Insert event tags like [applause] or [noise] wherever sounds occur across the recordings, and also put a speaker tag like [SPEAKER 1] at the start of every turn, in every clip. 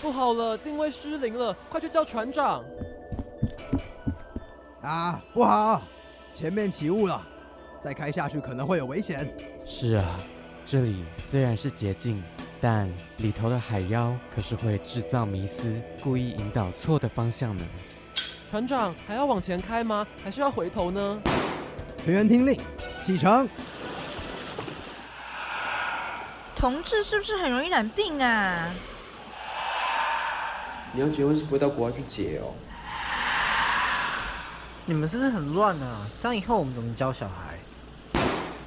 [SPEAKER 1] 不好了，定位失灵了，快去叫船长！
[SPEAKER 2] 啊，不好，前面起雾了，再开下去可能会有危险。
[SPEAKER 3] 是啊，这里虽然是捷径，但里头的海妖可是会制造迷思，故意引导错的方向呢。
[SPEAKER 1] 船长还要往前开吗？还是要回头呢？
[SPEAKER 2] 全员听令，启程。
[SPEAKER 4] 同志是不是很容易染病啊？
[SPEAKER 5] 你要结婚是不会到国外去结哦。
[SPEAKER 6] 你们是不是很乱啊？这样以后我们怎么教小孩？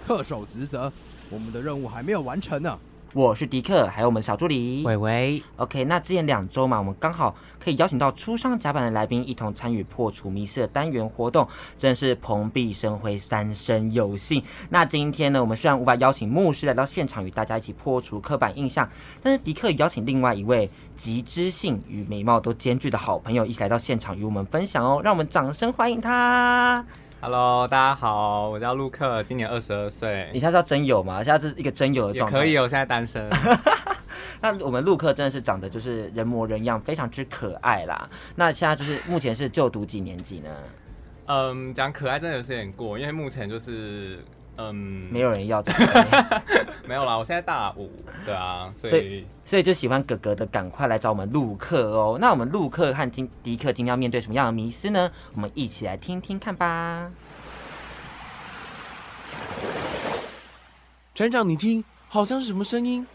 [SPEAKER 2] 恪守职责，我们的任务还没有完成呢。
[SPEAKER 7] 我是迪克，还有我们的小助理
[SPEAKER 3] 伟伟，
[SPEAKER 7] OK，那之前两周嘛，我们刚好可以邀请到初上甲板的来宾一同参与破除迷思的单元活动，真是蓬荜生辉，三生有幸。那今天呢，我们虽然无法邀请牧师来到现场与大家一起破除刻板印象，但是迪克也邀请另外一位集知性与美貌都兼具的好朋友一起来到现场与我们分享哦，让我们掌声欢迎他。
[SPEAKER 8] Hello，大家好，我叫陆克，今年二十二
[SPEAKER 7] 你
[SPEAKER 8] 岁，
[SPEAKER 7] 下次要真友吗？下次是一个真友的
[SPEAKER 8] 也
[SPEAKER 7] 状态
[SPEAKER 8] 可以哦，我现在单身。 [laughs]
[SPEAKER 7] 那我们陆克真的是长得就是人模人样，非常之可爱啦。那现在就是目前是就读几年级呢？
[SPEAKER 8] 嗯，讲可爱真的有点过，因为目前就是嗯
[SPEAKER 7] 没有人要这个，
[SPEAKER 8] 没有啦，我现在大五，对啊，所
[SPEAKER 7] 所
[SPEAKER 8] 以
[SPEAKER 7] [laughs] 所以就喜欢哥哥的，赶快来找我们陆克哦。那我们陆克和金迪克今天要面对什么样的迷思呢？我们一起来听听看吧。
[SPEAKER 9] 船长，你听，好像是什么声音？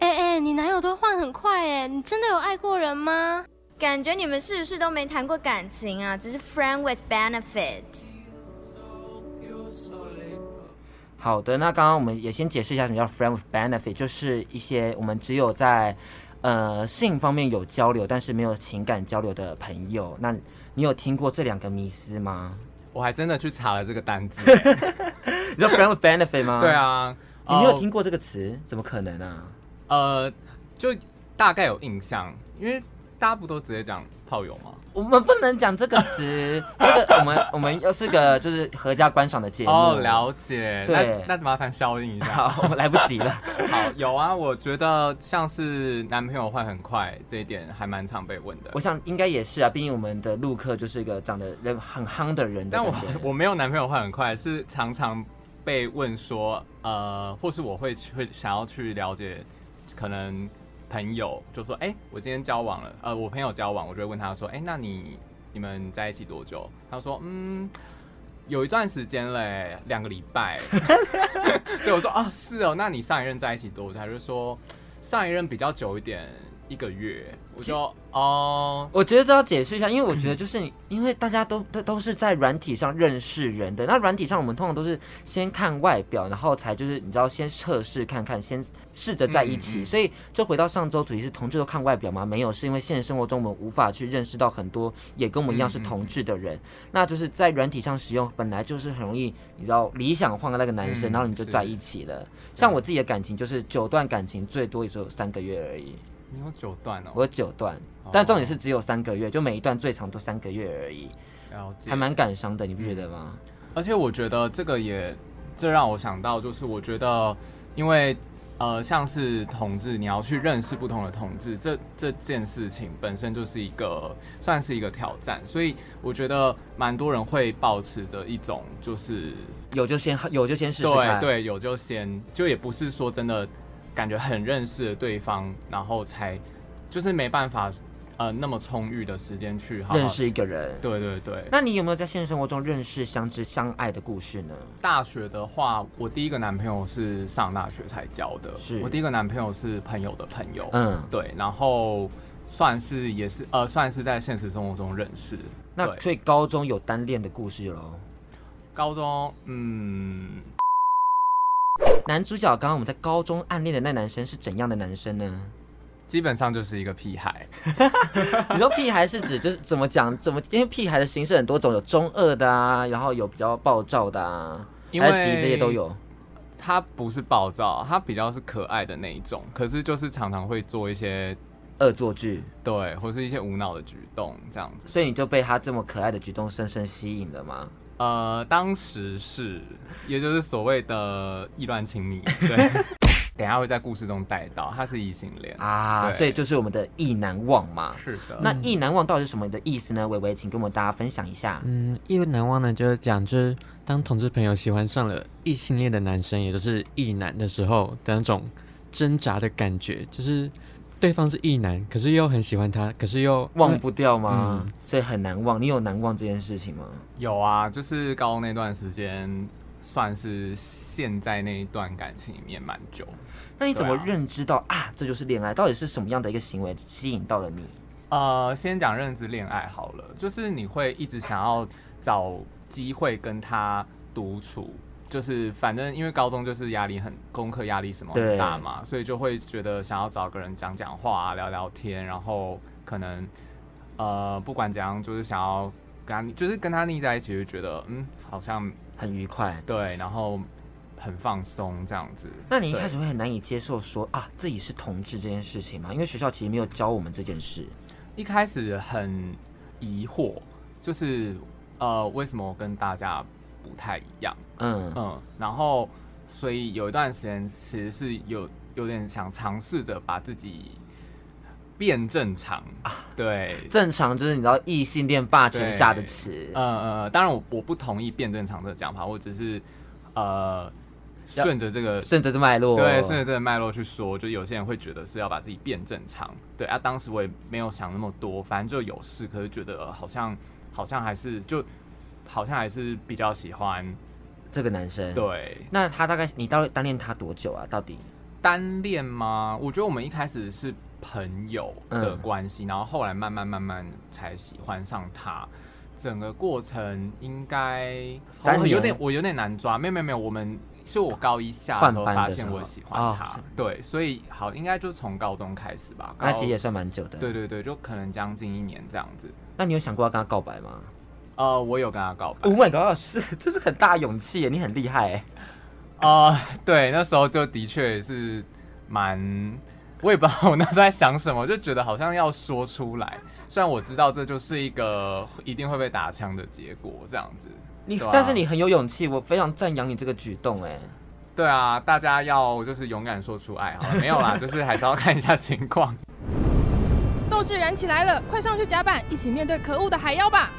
[SPEAKER 10] 哎哎，你男友都换很快哎，你真的有爱过人吗？
[SPEAKER 4] 感觉你们是不是都没谈过感情啊？只是 friend with benefit。
[SPEAKER 7] 好的，那刚刚我们也先解释一下什么叫 friend with benefit，就是一些我们只有在呃性方面有交流，但是没有情感交流的朋友。那你有听过这两个迷思吗？
[SPEAKER 8] 我还真的去查了这个单
[SPEAKER 7] [laughs]
[SPEAKER 8] 词。
[SPEAKER 7] 你知道 friend with benefit 吗？
[SPEAKER 8] 对，啊，
[SPEAKER 7] 你没有
[SPEAKER 8] 哦
[SPEAKER 7] 听过这个词？怎么可能啊？
[SPEAKER 8] 呃，就大概有印象，因为大家不都直接讲炮友吗？
[SPEAKER 7] 我们不能讲这个
[SPEAKER 8] [laughs]
[SPEAKER 7] 词，这个我们我们又是个就是合家观赏的节目
[SPEAKER 8] 哦，了解。
[SPEAKER 7] 对
[SPEAKER 8] 那那麻烦消音一下。
[SPEAKER 7] 好，我来不及了。
[SPEAKER 8] 好，有啊，我觉得像是男朋友换很快这一点还蛮常被问的
[SPEAKER 7] 我。想应该也是啊，毕竟我们的陆克就是一个长得人很夯的人的
[SPEAKER 8] 但
[SPEAKER 7] 感
[SPEAKER 8] 我
[SPEAKER 7] 觉。
[SPEAKER 8] [laughs] 我没有男朋友换很快，是常常被问说，呃，或是我会会想要去了解，可能朋友就说，哎、我今天交往了，呃，我朋友交往，我就会问他说，哎、那你你们在一起多久？他说，嗯。有一段时间嘞、两个礼
[SPEAKER 7] [laughs]
[SPEAKER 8] 拜。对，我说啊，是哦，那你上一任在一起多久？他就说上一任比较久一点，一个月。我就哦，
[SPEAKER 7] 我觉得这要解释一下，因为我觉得就是你因为大家都都都是在软体上认识人的，那软体上我们通常都是先看外表，然后才就是你知道先测试看看，先试着在一起。
[SPEAKER 8] 嗯嗯
[SPEAKER 7] 所以就回到上周主题是同志都看外表吗？没有，是因为现实生活中我们无法去认识到很多也跟我们一样是同
[SPEAKER 8] 嗯
[SPEAKER 7] 志的人，那就是在软体上使用本来就是很容易，你知道理想化的那个男生，
[SPEAKER 8] 嗯
[SPEAKER 7] 然后你就是在一起了。像我自己的感情就是九段感情最多也只有三个月而已。
[SPEAKER 8] 你有九段哦，
[SPEAKER 7] 我有九段，但重点是只有三个月，就每一段最长都三个月而已，
[SPEAKER 8] 了解，
[SPEAKER 7] 还蛮感伤的，你不觉得吗？
[SPEAKER 8] 而且我觉得这个也，这让我想到，就是我觉得，因为呃，像是同志，你要去认识不同的同志，这这件事情本身就是一个算是一个挑战，所以我觉得蛮多人会保持着一种就是
[SPEAKER 7] 有就先有就先试试
[SPEAKER 8] 对
[SPEAKER 7] 看，，
[SPEAKER 8] 对有就先，就也不是说真的感觉很认识了对方，然后才就是没办法呃那么充裕的时间去好好
[SPEAKER 7] 认，识一个人。
[SPEAKER 8] 对对对，
[SPEAKER 7] 那你有没有在现实生活中认识、相知、相爱的故事呢？
[SPEAKER 8] 大学的话，我第一个男朋友是上大学才交的，
[SPEAKER 7] 是
[SPEAKER 8] 我第一个男朋友是朋友的朋友，
[SPEAKER 7] 嗯，
[SPEAKER 8] 对，然后算是也是呃，算是在现实生活中认识。
[SPEAKER 7] 那
[SPEAKER 8] 对
[SPEAKER 7] 所以高中有单恋的故事喽。
[SPEAKER 8] 高中，嗯，
[SPEAKER 7] 男主角刚刚我们在高中暗恋的那男生是怎样的男生
[SPEAKER 8] [laughs]
[SPEAKER 7] 呢？
[SPEAKER 8] 基本上就是一个屁孩，
[SPEAKER 7] 哎你说屁孩是指就是怎么讲怎么？因为屁孩的形式很多种，有中二的啊，然后有比较暴躁的啊，
[SPEAKER 8] 因
[SPEAKER 7] 还
[SPEAKER 8] 为
[SPEAKER 7] 有急这些都。有。
[SPEAKER 8] 他不是暴躁，他比较是可爱的那一种，可是就是常常会做一些
[SPEAKER 7] 恶作剧，
[SPEAKER 8] 对，或是一些无脑的举动这样子。
[SPEAKER 7] 所以你就被他这么可爱的举动深深吸引了吗？
[SPEAKER 8] 呃，当时是，也就是所谓的意乱情迷，对。 [laughs] 等一下会在故事中带到，它是异性恋。
[SPEAKER 7] 啊，
[SPEAKER 8] 对嗯
[SPEAKER 7] 所以就是我们的意难忘嘛。
[SPEAKER 8] 是的，
[SPEAKER 7] 那意难忘到底是什么的意思呢？伟伟，请跟我们大家分享一下。
[SPEAKER 3] 嗯，意难忘呢，就是讲，就是当同志朋友喜欢上了异性恋的男生，也就是异男的时候的那种挣扎的感觉，就是对方是异男，可是又很喜欢他，可是又
[SPEAKER 7] 忘不掉吗？
[SPEAKER 3] 嗯
[SPEAKER 7] 所以很难忘。你有难忘这件事情吗？
[SPEAKER 8] 有啊，就是高中那段时间，算是陷在那一段感情里面蛮久。
[SPEAKER 7] 那你怎么
[SPEAKER 8] 对啊
[SPEAKER 7] 认知到啊这就是恋爱？到底是什么样的一个行为吸引到了你？
[SPEAKER 8] 呃，先讲认知恋爱好了，就是你会一直想要找机会跟他独处，就是反正因为高中就是压力很，功课压力什么
[SPEAKER 7] 对
[SPEAKER 8] 很大嘛，所以就会觉得想要找个人讲讲话、啊、聊聊天，然后可能呃不管怎样，就是想要跟他就是跟他腻在一起，就觉得嗯好像
[SPEAKER 7] 很愉快。
[SPEAKER 8] 对，然后很放松这样子。
[SPEAKER 7] 那你一
[SPEAKER 8] 对
[SPEAKER 7] 开始会很难以接受说啊自己是同志这件事情吗？因为学校其实没有教我们这件事。
[SPEAKER 8] 一开始很疑惑，就是呃，为什么我跟大家不太一样？
[SPEAKER 7] 嗯，
[SPEAKER 8] 嗯，然后所以有一段时间其实是有有点想尝试着把自己变正常，对，
[SPEAKER 7] 正常就是你知道异性恋霸权下的词。
[SPEAKER 8] 呃呃，当然我我不同意变正常这个讲法，我只是呃
[SPEAKER 7] 要
[SPEAKER 8] 顺着这个
[SPEAKER 7] 顺着这脉络，
[SPEAKER 8] 对，顺着这个脉络去说，就有些人会觉得是要把自己变正常。对啊，当时我也没有想那么多，反正就有事，可是觉得、呃好像好像还是就好像还是比较喜欢。
[SPEAKER 7] 这个男生。，
[SPEAKER 8] 对，哦
[SPEAKER 7] 那他大概你到底单恋他多久啊？到底？
[SPEAKER 8] 单恋吗？我觉得我们一开始是朋友
[SPEAKER 7] 嗯
[SPEAKER 8] 的关系，然后后来慢慢慢慢才喜欢上他。整个过程应该
[SPEAKER 7] 三
[SPEAKER 8] 我
[SPEAKER 7] 年
[SPEAKER 8] 有点我有点难抓，没有没有没有，我们是我高一下的
[SPEAKER 7] 换
[SPEAKER 8] 时候
[SPEAKER 7] 班的
[SPEAKER 8] 发现
[SPEAKER 7] 时候
[SPEAKER 8] 我喜欢
[SPEAKER 7] 哦
[SPEAKER 8] 他，
[SPEAKER 7] 是
[SPEAKER 8] 对，所以好应该就从高中开始吧，
[SPEAKER 7] 那
[SPEAKER 8] 高
[SPEAKER 7] 其实也算蛮久的。
[SPEAKER 8] 对，对对，就可能将近一年这样子。
[SPEAKER 7] 那你有想过要跟他告白吗
[SPEAKER 8] 呃，我有跟他告白，
[SPEAKER 7] ？Oh my god，是 [laughs] 这是很大的勇气耶，你很厉害耶。
[SPEAKER 8] [laughs] 啊、对，那时候就的确是蛮，我也不知道我那时候在想什么，就觉得好像要说出来。虽然我知道这就是一个一定会被打枪的结果，这样子。
[SPEAKER 7] 你、
[SPEAKER 8] 对啊
[SPEAKER 7] 但是你很有勇气，我非常赞扬你这个举动哎。
[SPEAKER 8] 对啊，大家要就是勇敢说出爱好了，没有啦，就是还是要看一下情况。
[SPEAKER 11] 斗志燃起来了，快上去甲板，一起面对可恶的海妖吧！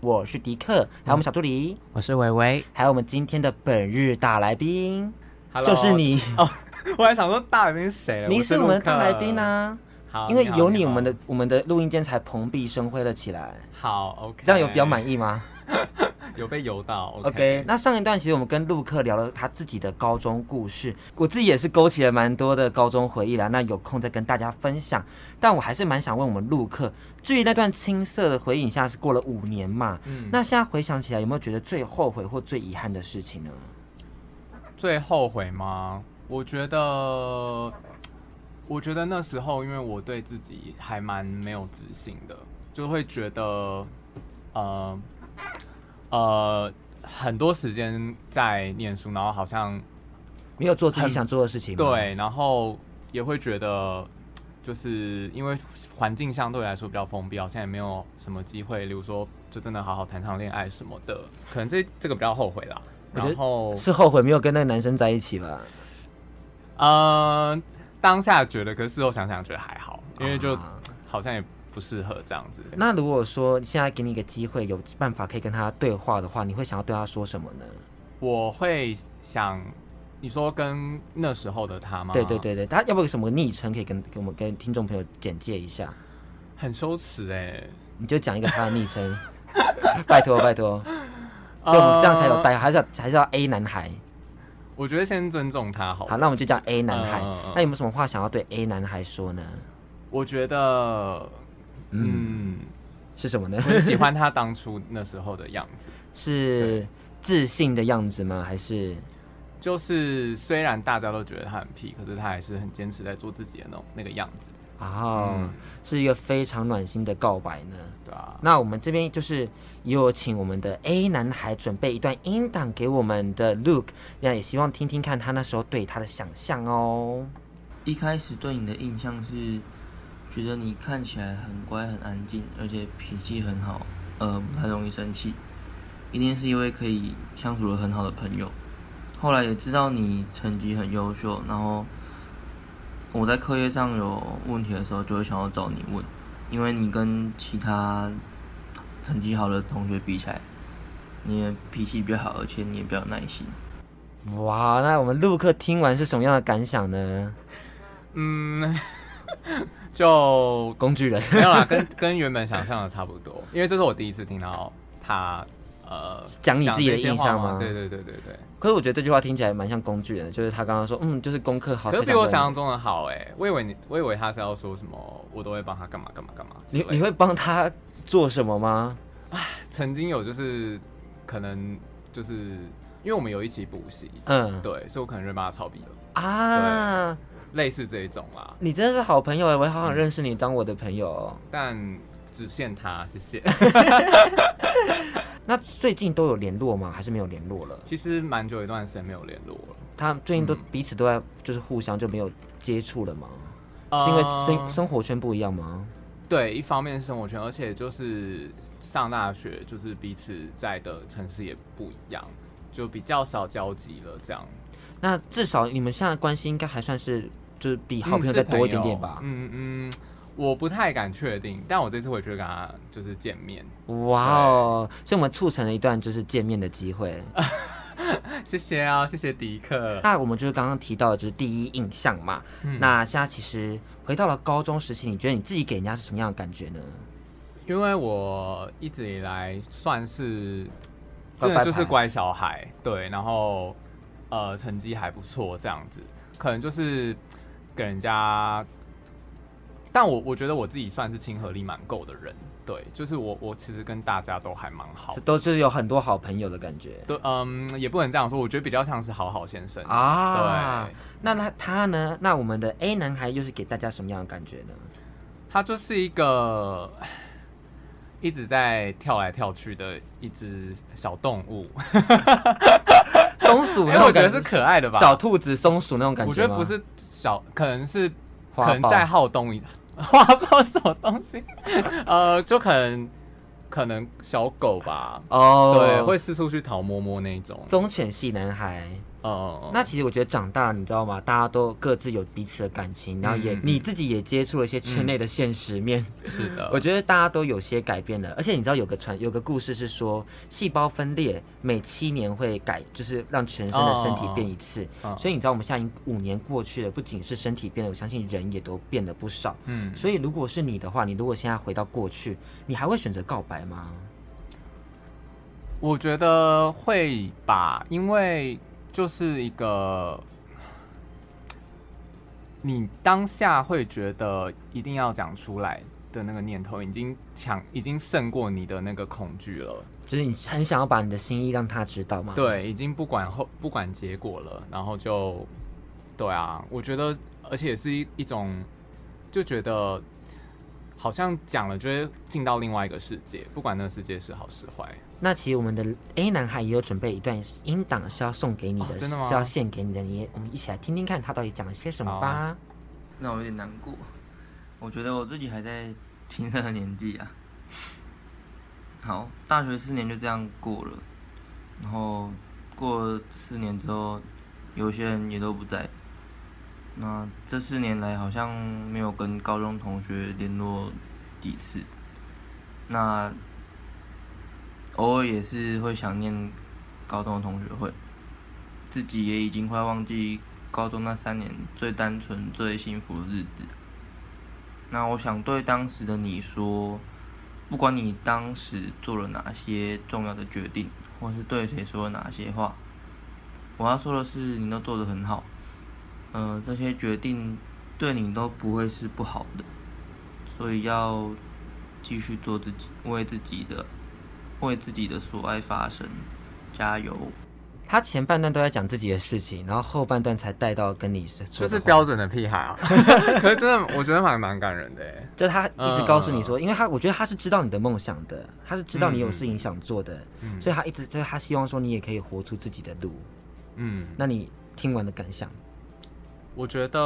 [SPEAKER 7] 我是迪克，还有
[SPEAKER 8] 嗯
[SPEAKER 7] 我们小助理，
[SPEAKER 3] 我是维维，
[SPEAKER 7] 还有我们今天的本日大来宾
[SPEAKER 8] Hello，
[SPEAKER 7] 就是，你，
[SPEAKER 8] 我还想说大来宾是谁了？
[SPEAKER 7] 你是我们的大来宾
[SPEAKER 8] 呢、
[SPEAKER 7] 啊。
[SPEAKER 8] 好，
[SPEAKER 7] 因为
[SPEAKER 8] 好
[SPEAKER 7] 有
[SPEAKER 8] 你
[SPEAKER 7] 你，
[SPEAKER 8] 好
[SPEAKER 7] 我们的我们的录音间才蓬荜生辉了起来。
[SPEAKER 8] 好 OK，
[SPEAKER 7] 这样有比较满意吗
[SPEAKER 8] 有被游到
[SPEAKER 7] ？OK，那上一段其实我们跟陆克聊了他自己的高中故事，我自己也是勾起了蛮多的高中回忆啦。那有空再跟大家分享。但我还是蛮想问我们陆克，至于那段青涩的回忆，你现在是过了五年嘛？
[SPEAKER 8] 嗯
[SPEAKER 7] 那现在回想起来，有没有觉得最后悔或最遗憾的事情呢？
[SPEAKER 8] 最后悔吗？我觉得，我觉得那时候因为我对自己还蛮没有自信的，就会觉得，呃，呃，很多时间在念书，然后好像
[SPEAKER 7] 没有做自己
[SPEAKER 8] 很
[SPEAKER 7] 想做的事情吗？
[SPEAKER 8] 对，然后也会觉得，就是因为环境相对来说比较封闭，好像也没有什么机会，例如说就真的好好谈场恋爱什么的，可能这这个比较后悔啦。
[SPEAKER 7] 我觉得
[SPEAKER 8] 然后
[SPEAKER 7] 是后悔没有跟那个男生在一起吧？
[SPEAKER 8] 呃，当下觉得，可是事后想想觉得还好，因为就
[SPEAKER 7] 啊
[SPEAKER 8] 好像也不适合这样子。
[SPEAKER 7] 那如果说现在给你一个机会，有办法可以跟他对话的话，你会想要对他说什么呢？
[SPEAKER 8] 我会想，你说跟那时候的他吗？
[SPEAKER 7] 对对，对对，他要不要有什么昵称可以跟给我们跟听众朋友简介一下？
[SPEAKER 8] 很羞耻哎、
[SPEAKER 7] 你就讲一个他的昵称， [laughs] 拜托拜托，就我们这样才有
[SPEAKER 8] 带。
[SPEAKER 7] 带，还是要还是要 A 男孩。
[SPEAKER 8] 我觉得先尊重他好了。
[SPEAKER 7] 好，那我们就叫 A 男孩
[SPEAKER 8] 嗯嗯嗯。
[SPEAKER 7] 那有没有什么话想要对 A 男孩说呢？
[SPEAKER 8] 我觉得，嗯，
[SPEAKER 7] 是什么呢
[SPEAKER 8] 我？很喜欢他当初那时候的样子。
[SPEAKER 7] [laughs] 是自信的样子吗？还是
[SPEAKER 8] 就是虽然大家都觉得他很屁，可是他还是很坚持在做自己的那种那个样子，
[SPEAKER 7] 哦
[SPEAKER 8] 嗯，
[SPEAKER 7] 是一个非常暖心的告白呢？
[SPEAKER 8] 对啊。
[SPEAKER 7] 那我们这边就是也有请我们的 A 男孩准备一段音档给我们的 Luke，那也希望听听看他那时候对他的想象哦。
[SPEAKER 12] 一开始对你的印象是觉得你看起来很乖、很安静，而且脾气很好，呃，不太容易生气，一定是因为可以相处了很好的朋友。后来也知道你成绩很优秀，然后我在课业上有问题的时候，就会想要找你问，因为你跟其他成绩好的同学比起来，你的脾气比较好，而且你也比较有耐心。
[SPEAKER 7] 哇，那我们陆克听完是什么样的感想呢？
[SPEAKER 8] 嗯，就
[SPEAKER 7] 工具人
[SPEAKER 8] 没 [laughs] 有啦，啊跟跟原本想象的差不多，因为这是我第一次听到他呃
[SPEAKER 7] 讲你自己的
[SPEAKER 8] 这些
[SPEAKER 7] 印
[SPEAKER 8] 话
[SPEAKER 7] 象
[SPEAKER 8] 嘛
[SPEAKER 7] 吗
[SPEAKER 8] 对对对对对。
[SPEAKER 7] [laughs] 可是我觉得这句话听起来蛮像工具人的，就是他刚刚说，嗯，就是功课好才
[SPEAKER 8] 可
[SPEAKER 7] 想
[SPEAKER 8] 是
[SPEAKER 7] 问。
[SPEAKER 8] 比我想象中的好哎、我以为你，我以为他是要说什么，我都会帮他干嘛干嘛干嘛。
[SPEAKER 7] 你你会帮他做什么吗？
[SPEAKER 8] 曾经有就是可能就是因为我们有一起补习，
[SPEAKER 7] 嗯
[SPEAKER 8] 对，所以我可能就帮他抄笔了
[SPEAKER 7] 啊，
[SPEAKER 8] 类似这一种啦，
[SPEAKER 7] 你真的是好朋友哎，我也
[SPEAKER 8] 嗯
[SPEAKER 7] 好想认识你当我的朋友哦。
[SPEAKER 8] 但只限他，谢谢。 [laughs]
[SPEAKER 7] 那最近都有联络吗？还是没有联络了？
[SPEAKER 8] 其实蛮久一段时间没有联络了。
[SPEAKER 7] 他最近都
[SPEAKER 8] 嗯
[SPEAKER 7] 彼此都在就是互相就没有接触了吗？
[SPEAKER 8] 呃
[SPEAKER 7] 是因为生生活圈不一样吗？
[SPEAKER 8] 对，一方面是生活圈，而且就是上大学，就是彼此在的城市也不一样，就比较少交集了。这样
[SPEAKER 7] 那至少你们现在的关系应该还算是就是比好朋友
[SPEAKER 8] 嗯是
[SPEAKER 7] 再多一点点吧？
[SPEAKER 8] 嗯嗯，我不太敢确定，但我这次回去跟他就是见面。
[SPEAKER 7] 哇哦！所以我们促成了一段就是见面的机
[SPEAKER 8] [laughs]
[SPEAKER 7] 会。
[SPEAKER 8] 谢谢啊，谢谢迪克。
[SPEAKER 7] 那我们就是刚刚提到的就是第一印象嘛。
[SPEAKER 8] 嗯
[SPEAKER 7] 那现在其实回到了高中时期，你觉得你自己给人家是什么样的感觉呢？
[SPEAKER 8] 因为我一直以来算是
[SPEAKER 7] 乖
[SPEAKER 8] 真的就是
[SPEAKER 7] 乖牌
[SPEAKER 8] 乖小孩，对，然后呃成绩还不错这样子，可能就是给人家，但我我觉得我自己算是亲和力蛮够的人，对，就是我我其实跟大家都还蛮好
[SPEAKER 7] 这，都是有很多好朋友的感觉
[SPEAKER 8] 对，嗯，也不能这样说，我觉得比较像是好好先生
[SPEAKER 7] 啊
[SPEAKER 8] 对，。
[SPEAKER 7] 那那他呢？那我们的 A 男孩又是给大家什么样的感觉呢？
[SPEAKER 8] 他就是一个 [sighs] 唉一直在跳来跳去的一只小动物，
[SPEAKER 7] [laughs] 松鼠
[SPEAKER 8] 哎
[SPEAKER 7] 那种
[SPEAKER 8] 我觉
[SPEAKER 7] 感
[SPEAKER 8] 得是可爱的吧
[SPEAKER 7] 小兔子、松鼠那种感觉
[SPEAKER 8] 我觉得
[SPEAKER 7] 吗
[SPEAKER 8] 不是小，可能是
[SPEAKER 7] 花
[SPEAKER 8] 可能
[SPEAKER 7] 豹
[SPEAKER 8] 在好动一 [laughs] 花豹什么东西， [laughs] 呃，就可能可能小狗吧，
[SPEAKER 7] 哦
[SPEAKER 8] 对，会四处去讨摸摸那一种，
[SPEAKER 7] 中犬系男孩。
[SPEAKER 8] 哦，
[SPEAKER 7] 那其实我觉得长大，你知道吗？大家都各自有彼此的感情，然后也、
[SPEAKER 8] 嗯
[SPEAKER 7] 你自己也接触了一些圈内的现实面。
[SPEAKER 8] 是的
[SPEAKER 7] [laughs] 我觉得大家都有些改变了。而且你知道有个传有个故事是说，细胞分裂每七年会改，就是让全身的身体变一次。
[SPEAKER 8] 哦哦
[SPEAKER 7] 所以你知道我们现在已经五年过去了，不仅是身体变了，我相信人也都变了不少。
[SPEAKER 8] 嗯
[SPEAKER 7] 所以如果是你的话，你如果现在回到过去，你还会选择告白吗？
[SPEAKER 8] 我觉得会吧，因为就是一个你当下会觉得一定要讲出来的那个念头，已经强，已经胜过你的那个恐惧了。
[SPEAKER 7] 就是你很想要把你的心意让他知道吗？
[SPEAKER 8] 对，已经不管后不管结果了，然后就对啊，我觉得，而且也是一一种就觉得好像讲了就会进到另外一个世界，不管那个世界是好是坏。
[SPEAKER 7] 那其实我们的 A 男孩也有准备一段音档是要送给你的，
[SPEAKER 8] 哦真的吗
[SPEAKER 7] 是要献给你的，你也我们一起来听听看他到底讲了些什么
[SPEAKER 12] 好
[SPEAKER 7] 吧
[SPEAKER 12] 啊。
[SPEAKER 8] 哦
[SPEAKER 12] 让我有点难过。我觉得我自己还在青涩的年纪啊。好，大学四年就这样过了，然后过了四年之后，有些人也都不在。那这四年来好像没有跟高中同学联络几次，那偶尔也是会想念高中的同学会，自己也已经快忘记高中那三年最单纯、最幸福的日子。那我想对当时的你说，不管你当时做了哪些重要的决定，或是对谁说了哪些话，我要说的是，你都做得很好。呃，这些决定对你都不会是不好的，所以要继续做自己，为自己的，为自己的所爱发声，加油！
[SPEAKER 7] 他前半段都在讲自己的事情，然后后半段才带到跟你说说
[SPEAKER 8] 就是
[SPEAKER 7] 的话，
[SPEAKER 8] 标准的屁孩啊， [laughs] 可是真的，我觉得蛮蛮感人的欸。
[SPEAKER 7] 就是他一直告诉
[SPEAKER 8] 嗯
[SPEAKER 7] 你说，因为他我觉得他是知道你的梦想的，他是知道你有事情想做的，
[SPEAKER 8] 嗯嗯
[SPEAKER 7] 所以他一直就是他希望说你也可以活出自己的路。
[SPEAKER 8] 嗯，
[SPEAKER 7] 那你听完的感想？
[SPEAKER 8] 我觉得，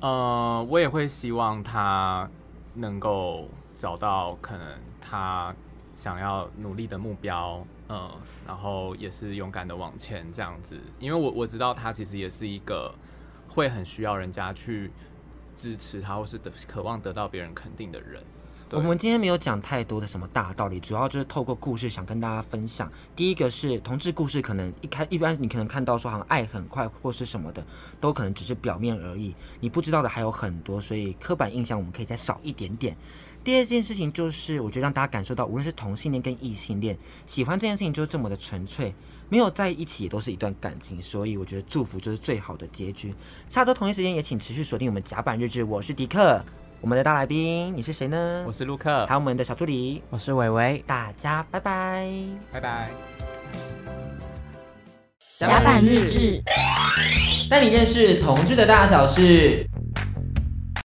[SPEAKER 8] 呃，我也会希望他能够找到可能他想要努力的目标，嗯，然后也是勇敢的往前这样子。因为我我知道他其实也是一个会很需要人家去支持他，或是得渴望得到别人肯定的人。
[SPEAKER 7] 我们今天没有讲太多的什么大道理，主要就是透过故事想跟大家分享。第一个是同志故事，可能一开一般你可能看到说好像爱很快或是什么的，都可能只是表面而已，你不知道的还有很多，所以刻板印象我们可以再少一点点。第二件事情就是，我觉得让大家感受到，无论是同性恋跟异性恋，喜欢这件事情就是这么的纯粹，没有在一起也都是一段感情，所以我觉得祝福就是最好的结局。下周同一时间也请持续锁定我们甲板日志，我是迪克，我们的大来宾你是谁呢？我
[SPEAKER 8] 是陆克，
[SPEAKER 7] 还有我们的小助理，
[SPEAKER 3] 我是伟伟，
[SPEAKER 7] 大家拜拜，
[SPEAKER 8] 拜拜。
[SPEAKER 7] 甲板日志，带你认识同志的大小事。